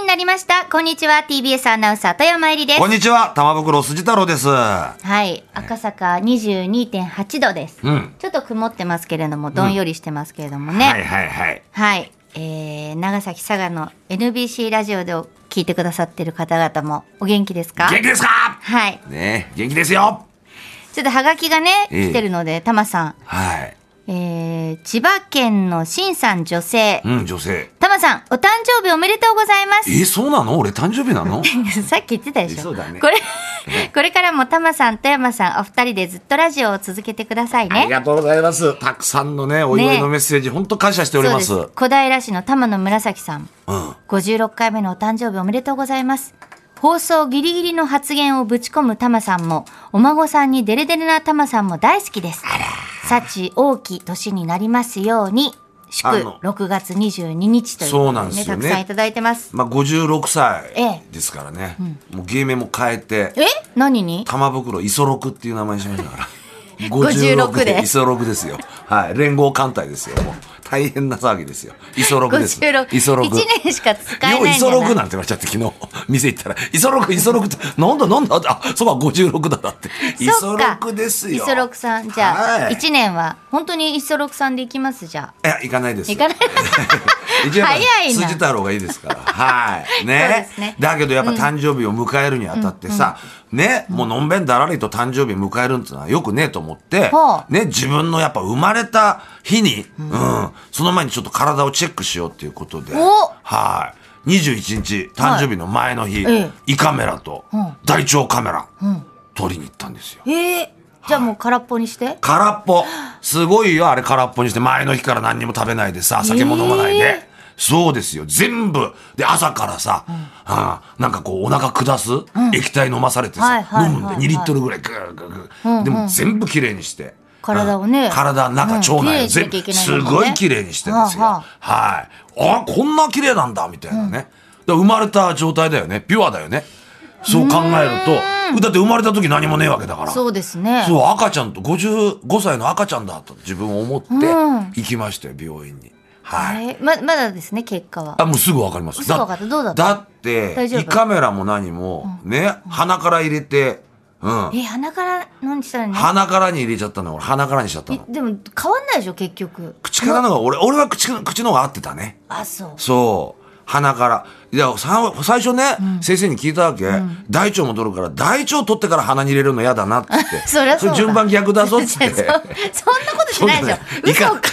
になりました。こんにちは、TBS アナウンサー、富山えりです。こんにちは、玉袋筋太郎です。ははい、赤坂22.8度です、うんちょっと曇ってますけれども、どんよりしてますけれどもね。いは、はいいはい。えー長崎佐賀の NBC ラジオで聞いてくださってる方々もお元気ですか元気ですかはい。ね元気ですよちょっとハガキがね、ええ来てるので、タマさん。はい。えー、千葉県のしんさん女性。うん、女性。タマさん、お誕生日おめでとうございます。え、そうなの俺誕生日 なのさっき言ってたでしょ。そうだねこれ、これからもタマさん、富山さん、お二人でずっとラジオを続けてくださいありね。がとうございます。たくさんのね、お祝いのメッセージ、本当感謝しております。そうです。小平市の玉野紫さん。うん。 56回目のお誕生日おめでとうございます。放送ギリギリの発言をぶち込むタマさんも、お孫さんにデレデレなタマさんも大好きです。幸大き年になりますように、祝あの6月22日ということそうなんですよねたくさんいただいてます。まあ、56ええ歳ですからね。もう芸名も変えて、え何に玉袋磯六っていう名前にしました から。 56で磯六ですよ。はい。連合艦隊ですよ。もう大変な騒ぎですよ。磯六です。 56磯六。 1年しか使えないよんじゃうないイソロクなんて言われちゃって昨日 店行ったら「イソロクイソロク」って「なんだなんだ」あそば56だ」だって「イそソっかロクですよ」イソロクさんじゃあはい一年は本当にイソロクさんで行きますじゃあいや行かないです行かない一応やっぱ早いな辻太郎がいいですからはいねそうですねだけどやっぱ誕生日を迎えるにあたってさ、ねもうのんべんだらりと誕生日迎えるんってのはよくねえと思って、ほうね、自分のやっぱ生まれた日に、うんその前にちょっと体をチェックしようっていうことでおはい21日誕生日の前の日、はいえ胃カメラとうん大腸カメラ、ん撮りに行ったんですよええじゃあもう空っぽにして空っぽすごいよあれ空っぽにして前の日から何にも食べないでさ酒も飲まないで、えそうですよ全部で朝からさ、ああなんかこうお腹下す、液体飲まされてさ、はいはいはいはい飲むんで2リットルぐらいグーグーグうー、んうんでも全部きれいにして。体をねうん体の中、うんき腸れい内にしな全きゃいけ部ないもんすねごいきれいにしてるんですよ。ははい。あこんな綺麗なんだみたいなね。だから生まれた状態だよね。ピュアだよね。そう考えると、だって生まれた時何もねえわけだから。そうですねそう赤ちゃんと55歳の赤ちゃんだと自分を思ってん行きましたよ病院にははいいままだですね結果はあもうすぐ分かりますすぐ分かったどうだったって大丈夫胃カメラも何もね鼻から入れてうんえ鼻から飲んでたらね鼻からに入れちゃったの俺鼻からにしちゃったえのでも変わんないでしょ結局口からのが俺俺は口口の方が合ってたねあそうそう鼻からいやさ最初ね、先生に聞いたわけ、大腸も取るから大腸取ってから鼻に入れるの嫌だなっつっ てそりゃそうだれ順番逆だぞっ そそつってんなことじゃないでしょそうだねい嘘かカメラ使い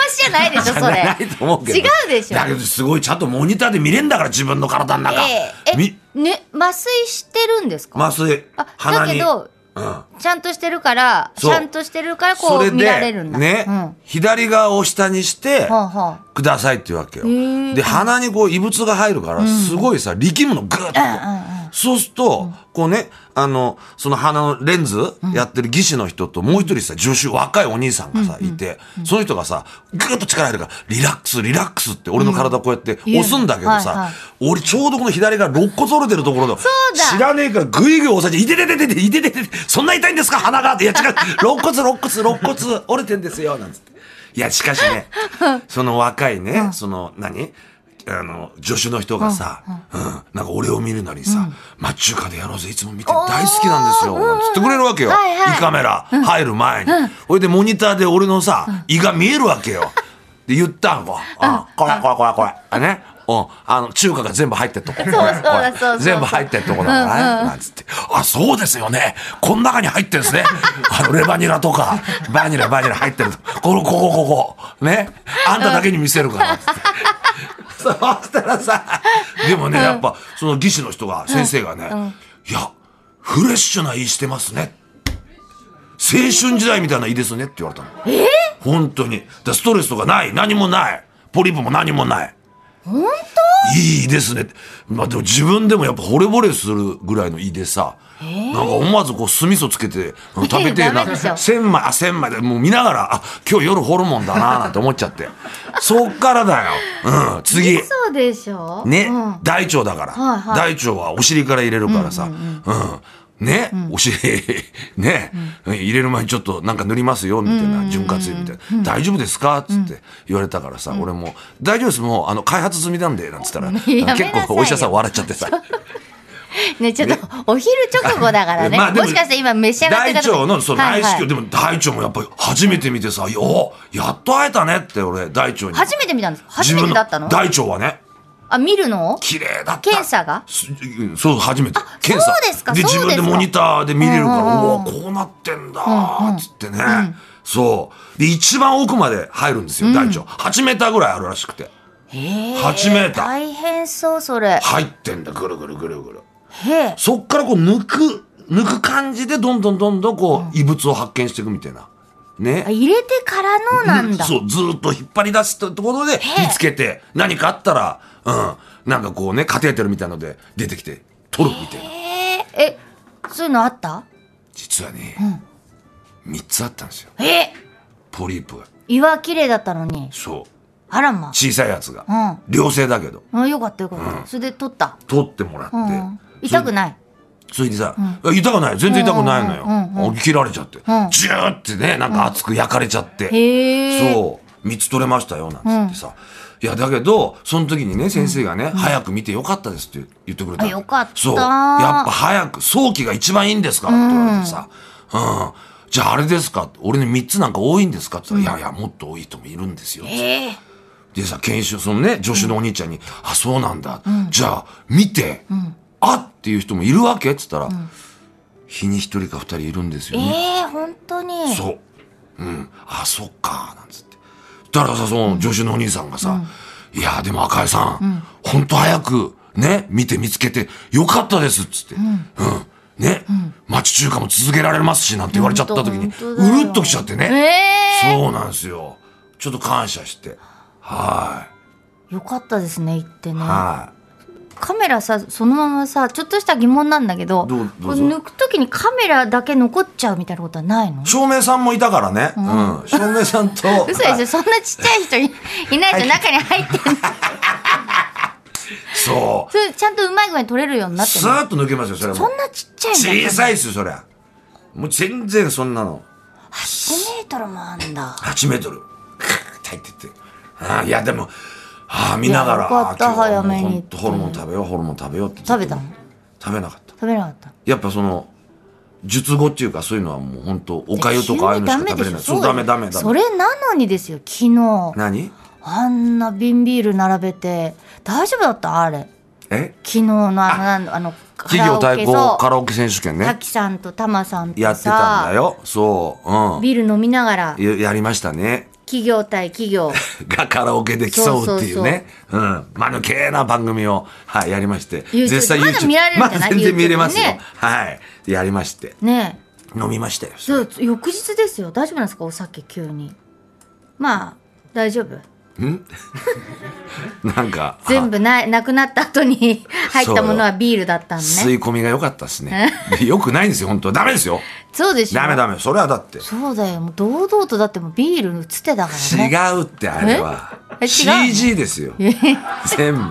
回しじゃないでしょそれじゃないと思うけど違うでしょだけどすごいちゃんとモニターで見れんだから自分の体の中、ええみえね麻酔してるんですか麻酔あ鼻だにけどうん、ちゃんとしてるから、ちそうゃんとしてるから、こそうれ見でられるんだ。ね、うん。は左側を下にして、あ、はくださいっていうわけよーで鼻にこう異物が入るからすごいさ力むのグーッとこう、あ、うんうんうん。そうすると、こうね、あの、その鼻のレンズやってる技師の人と、もう一人さ、助手、若いお兄さんがさ、いて、その人がさ、ぐーっと力入るから、リラックス、リラックスって、俺の体をこうやって押すんだけど言うのはさいはい、俺ちょうどこの左側、肋骨折れてるところだ。うだ知らねえから、ぐいぐい押さえて、いててててて、いてててて、そんな痛いんですか鼻がって。いや、違う、肋骨、肋骨、肋骨折れてんですよ、なんつって。いや、しかしね、その若いね、その、何あの、助手の人がさ、うん、なんか俺を見るなりさ、町中華でやろうぜ、いつも見て大好きなんですよ、なんつってくれるわけよ。はいはい胃カメラ入る前に。ほいで、モニターで俺のさ、胃が見えるわけよ。で、言った んこう、うん、これこれこれこれ。あね。うん、あの中華が全部入ってるとこそうそうだそうそう全部入ってるとこだからね、なんつって「あそうですよねこの中に入ってるんです ねあのレバニラとかバニラバニラ入ってるとこのここここねあんただけに見せるから」つって そうしたらさ、でもね、やっぱ、その技師の人が、先生がね、いや、フレッシュな胃してますね。青春時代みたいな胃ですねって言われたの。え本当に。だからストレスとかない。何もない。ポリープも何もない。本当いい胃ですねって。まあでも自分でもやっぱ惚れ惚れするぐらいの胃でさ、なんか思わずこう酢味噌つけ てうん食べてえダメでしょな。千枚、あ、千枚で、もう見ながら、あ、今日夜ホルモンだなーなんて思っちゃって。そっからだよ。うん、次。そうでしょね、うん大腸だから、はいは大腸はお尻から入れるからさ、うんね、お尻、 ね、入れる前にちょっとなんか塗りますよ、みたいな、潤滑油みたいな、大丈夫ですかつって言われたからさ、俺も、大丈夫です、もう、あの、開発済みなんで、なんつったら、 や結めなさいよ構お医者さん笑っちゃってさ、ね、ちょっと、お昼直後だからね。 まあでもしかして今召し上がって大ください腸の、そう、はい大はい至急、でも大腸もやっぱり初めて見てさ、よう、やっと会えたねって、俺、大腸に。初めて見たんですか初めてだったの自分大腸はね、あ、見るの綺麗だった。検査がすうんそう初めて検査そうですかでそうで自すか分でモニターで見れるかうら、んうんううんわこうなってんだーっつってね、そうで一番奥まで入るんですよ、大腸8メーターぐらいあるらしくてへえ8メーター大変そう、それ。入ってんだぐるぐるぐるぐるへえ。そっからこう抜く抜く感じでどんどんどんどんこう異物を発見していくみたいなねあ入れてからのなんだ。そう、ずーっと引っ張り出すってところへでえ見つけて、何かあったら、うん、なんかこうね、カテーテルみたいので出てきて、取るみたいな。へえ。え、そういうのあった実はね、3つあったんですよ、えポリープが。岩綺麗だったのに。そう。あらま。小さいやつが。う良性だけど、ん。あ、よかったよかった。それで取った。取ってもらって。うん。痛くいない。それでさ、いや痛くない、全然痛くないのよ。あ切られちゃって、んジューってね、なんか熱く焼かれちゃって。へえ。そう3つ取れましたよなんつってさ、いやだけどその時にね先生がね、早く見てよかったです」って言ってくれたのあよかったそうやっぱ早く早期が一番いいんですからって言われてさ「うん、じゃああれですか?」俺ね3つなんか多いんですか?」って言ったら「いやいやもっと多い人もいるんですよ」へえ。でさ研修そのね助手のお兄ちゃんに「あそうなんだ、じゃあ見て、あっ!」っていう人もいるわけっつったら、日に1人か2人いるんですよね。ええ、本当に。そう。うん。あ、そっか、なんつって。だからさ、その助手のお兄さんがさ、いや、でも赤井さん、ほんと早く、ね、見て見つけて、よかったです、っつって。うん。ね、町中華も続けられますし、なんて言われちゃった時に、本当だようるっときちゃってね。ええ。そうなんですよ。ちょっと感謝して。はよかったですね、行ってねい。。はカメラさそのままさちょっとした疑問なんだけどどうどうこぞれ抜くときにカメラだけ残っちゃうみたいなことはないのい。照明さんもいたからね。うん。照明さんと。 嘘でしょそんなちっちゃい人い いないと中に入ってんのそそれちゃんとうまい具合に撮れるようにう。なってるスーッと抜けますよ、それも。そんなちっちゃいんだ小さいっすよそりゃもう全然そんなの8メートルもあんだ8メートルカーッて入ってってああいやでもああ見ながらいやよかったああ今日はもう早めにほんとホルモン食べようホルモン食べようってずっと食べたの食べなかった食べなかったやっぱその術後っていうかそういうのはもう本当おかゆとかああいうのしか食べれない急そうにダダメメでしょダメダそメれなのにですよ昨日何あんな瓶ビール並べて大丈夫だったあれえ昨日のあのなんあのカ企ラ業オケ対そ抗うカラオケ選手権ね滝さんとタマさんとさやってたんだよそううんビール飲みながらややりましたね企業対企 業がカラオケで競うっていうね、うん、間抜けな番組を、はい、やりまして、 YouTube まだ見られるんじゃないまだ全然見れますよ、 YouTube ねはい、やりまして、ねえ飲みましたよ。そう翌日ですよ大丈夫なんですかお酒急にまあ大丈夫なんか、全部部ないなくなった後 に入ったものはビールだったの吸ねい込みが良かったです ね。でよくないんですよ、本当はダメですよ。そうでしょダメダメ、それはだって。そうだよもう堂々とだってもうビールつってだから違ねうってあれはええ違うの CG ですよ全部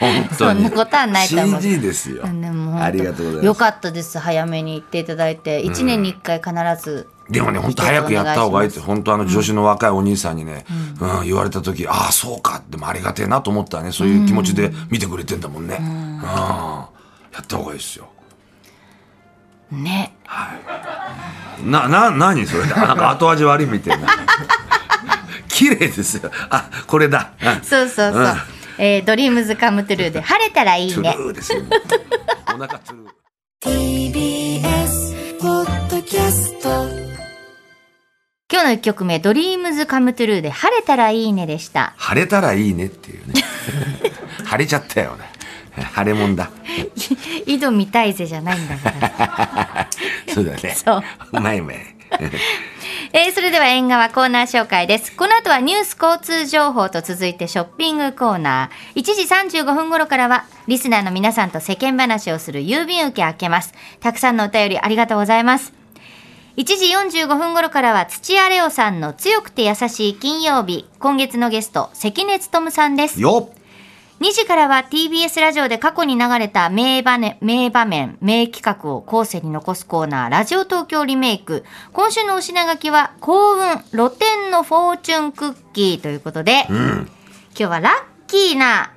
本当そにんなことはないと思う CG ですようんでも本当ありがとうございよますかったです早めに行っていただいて1年に1回必ず、でもね、本当早くやった方がいいって、お本当あの女子の若いお兄さんにね、うん、言われた時、ああ、そうか、でもありがてえなと思ったね、そういう気持ちで見てくれてんだもんね。うん、やった方がいいですよ。ねな、な、何それ、あなんか後味悪いみたいな。 綺麗ですよ。あ、これだ。うんそうそうそう、うんえードリームズカムトゥルーで晴れたらいいトゥねルーですよ。お腹トゥルー。 TBS ポッドキャスト今日の1曲目「ドリームズカムトゥルーで晴れたらいいねで した晴れたらいいねって いうね。晴れちゃったよね。晴れもんだ。井戸見たいぜじゃないんだから。そうだね。そう。うまいうまい。えーそれでは縁側コーナー紹介です。この後はニュース交通情報と続いてショッピングコーナー。1時35分頃からはリスナーの皆さんと世間話をする郵便受け開けます。たくさんのお便りありがとうございます。1時45分頃からは土屋レオさんの強くて優しい金曜日。今月のゲスト、関根勤さんです。よっ2時からは TBS ラジオで過去に流れた名場面、名場面、名企画を後世に残すコーナー、ラジオ東京リメイク。今週のお品書きは、幸運、露天のフォーチュンクッキーということで、今日はラッキーな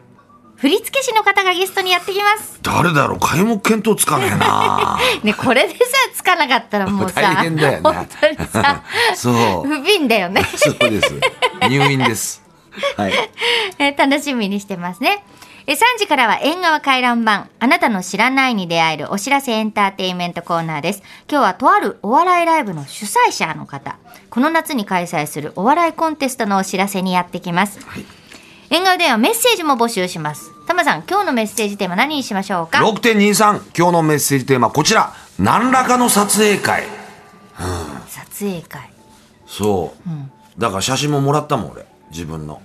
振付師の方がゲストにやってきます。誰だろう皆目見当つかねえなね、これでさ、つかなかったらもうさ、 大変だよね本当にさ、 そう不憫だよね。そうです入院ですはいえー楽しみにしてますね。えー3時からは縁側回覧版、あなたの知らないに出会えるお知らせエンターテインメントコーナーです。今日はとあるお笑いライブの主催者の方、この夏に開催するお笑いコンテストのお知らせにやってきます。縁側ではメッセージも募集します。タマさん、今日のメッセージテーマ何にしましょうか6.23今日のメッセージテーマこちら何らかの撮影会撮影会。そう、だから写真ももらったもん俺自分の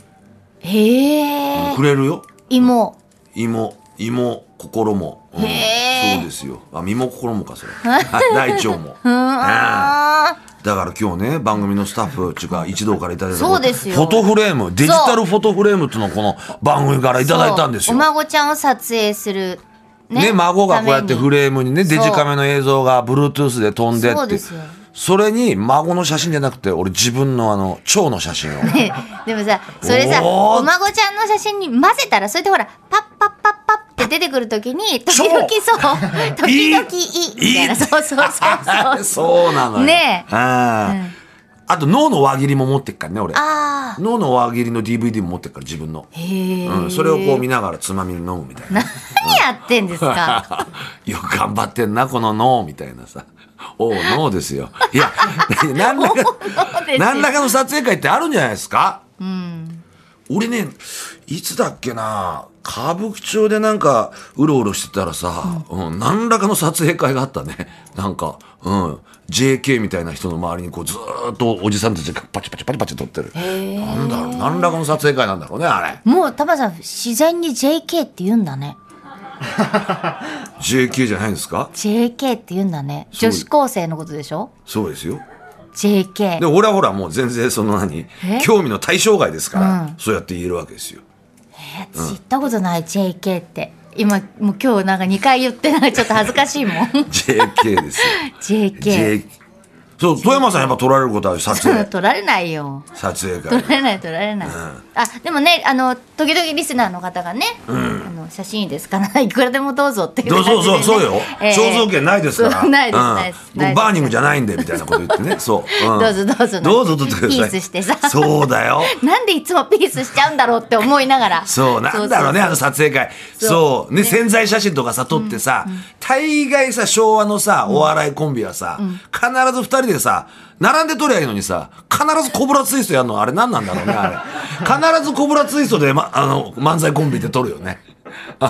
へえ。くれるよ芋。芋芋心も、うんへーそうですよあ身も心もかそ れはい大腸もあああだから今日ね番組のスタッフっていうか一同からいただいたそうですよフォトフレームデジタルフォトフレームっていうのをこの番組からいいただいたんですよお孫ちゃんを撮影する。ね孫がこうやってためにフレームにねそうデジカメの映像が Bluetooth で飛んでそうってですそよれに孫の写真じゃなくて俺自分のあの腸の写真をででもさそれさおーお孫ちゃんの写真に混ぜたらそれでほらパッパッパッパッって出てくるときに時々 そう時々いいみたいなそうそう そうそうそうなのよねえあ,、あと脳の輪切りも持ってっからね俺あ脳の輪切りの DVD も持ってっから自分の、ーへえ、うん、それをこう見ながらつまみに飲むみたいな何やってんです かよく頑張ってんな、この脳みたいなさ。おう、脳ですよ。いや、 何ら脳でかす、よ何らかの撮影会ってあるんじゃないですか俺ね、いつだっけな、歌舞伎町でなんか、うろうろしてたらさ、うん、何らかの撮影会があったね。なんか、うん、JK みたいな人の周りにこう、ずーっとおじさんたちがパチパチパチパチ撮ってる。なんだろう、何らかの撮影会なんだろうね、あれ。もうタマさん自然に JK って言うんだね JK じゃないですか JK って言うんだねそう女子高生のことでしょそうですよ。で JK 俺はほらもう全然その何え興味の対象外ですから、うんそうやって言えるわけですよえ私言ったことない JK って今もう今日なんか2回言ってないちょっと恥ずかしいもん JK ですよ JK J そう富山さんやっぱ取られることは撮影取られないよ撮影会取られない取られない、あでもねあの時々リスナーの方がね、あの写真いいですか いくらでもどうぞっていうどう感じで、そうね、そうそうよ、 ええ肖像権ないですからそうないですうんないです僕ないですバーニングじゃないんでみたいなこと言ってね そう、んどうぞどうぞどうぞ取ってくださいピースしてさそうだよなんでいつもピースしちゃうんだろうって思いながらそうなんだろうねあのそ撮影会そそうね潜在写真とかさ撮ってさ大概さ昭和のさお笑いコンビはさ必ず二人でさ並んで撮りゃいいのにさ必ずコブラツイストやるのあれ何なんだろうねあれ必ずコブラツイストでまあの漫才コンビで撮るよねで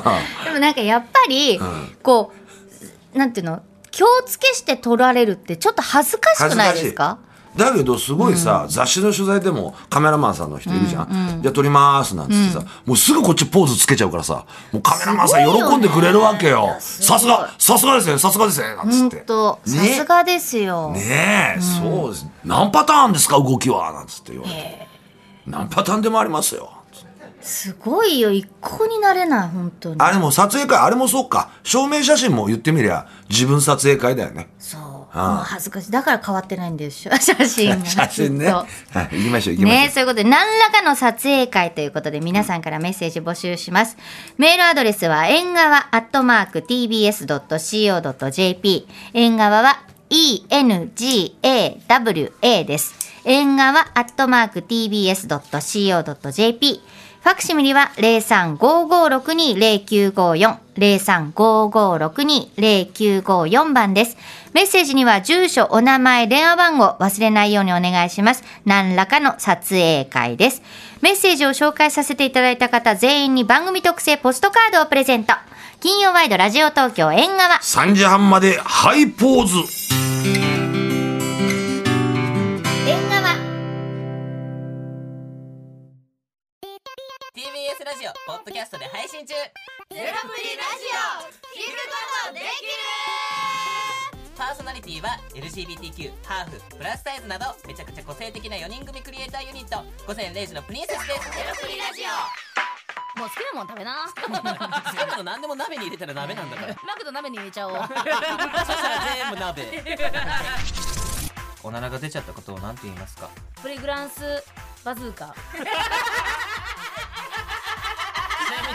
もなんかやっぱり、こうなんていうの気をつけして撮られるってちょっと恥ずかしくないですかだけどすごいさ、雑誌の取材でもカメラマンさんの人いるじゃん、じゃあ撮りますなんつってさ、もうすぐこっちポーズつけちゃうからさもうカメラマンさすごいよねん喜んでくれるわけよすごいさすがさすがですねさすがですねなんつっ本て当ねさすがですよ、ねえ、そうです何パターンですか動きはなんつって言われて、何パターンでもありますよすごいよ一向になれない本当にあれも撮影会あれもそうか証明写真も言ってみりゃ自分撮影会だよねそうもう恥ずかしいだから変わってないんですよ 写真が 写真ねずっはとい行きましょう行きましょう、ねそういうことで、何らかの撮影会ということで、皆さんからメッセージ募集します。メールアドレスは、縁側アットマーク tbs.co.jp。縁側は、engawa です。縁側アットマーク tbs.co.jp。ファクシミリは0355620954、0355620954番です。メッセージには住所、お名前、電話番号忘れないようにお願いします。何らかの撮影会です。メッセージを紹介させていただいた方全員に番組特製ポストカードをプレゼント。金曜ワイドラジオ東京縁側。 3時半までハイポーズ縁側 TBS ラジオポッドキャストで配信中ゼロプリラジオ聞くことできるパーソナリティは LGBTQ ハーフプラスサイズなどめちゃくちゃ個性的な4人組クリエイターユニット午前0時のプリンセスですゼロプリラジオもう好きなもん食べな。好 きなの何でも鍋に入れたら鍋なんだから。マクド鍋に入れち ゃおう。 そしたら全部鍋。おならが出ちゃったことを何て言いますかプリグランスバズーカ。ちな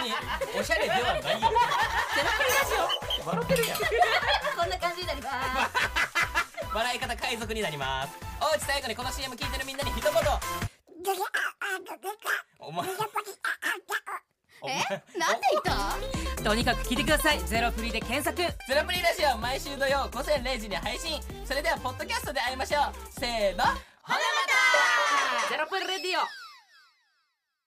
みに、おしゃれではないよ。 こんな感じになります。笑い方海賊になります。おうち最後にこの CM 聞いてるみんなに一言。お前、お前、 なんで言ったとにかく聞いてください。ゼロフリーで検索。ゼロプリラジオ毎週土曜午前0時に配信。それでは、ポッドキャストで会いましょう。せーの、ほなまたゼロプリレディオ。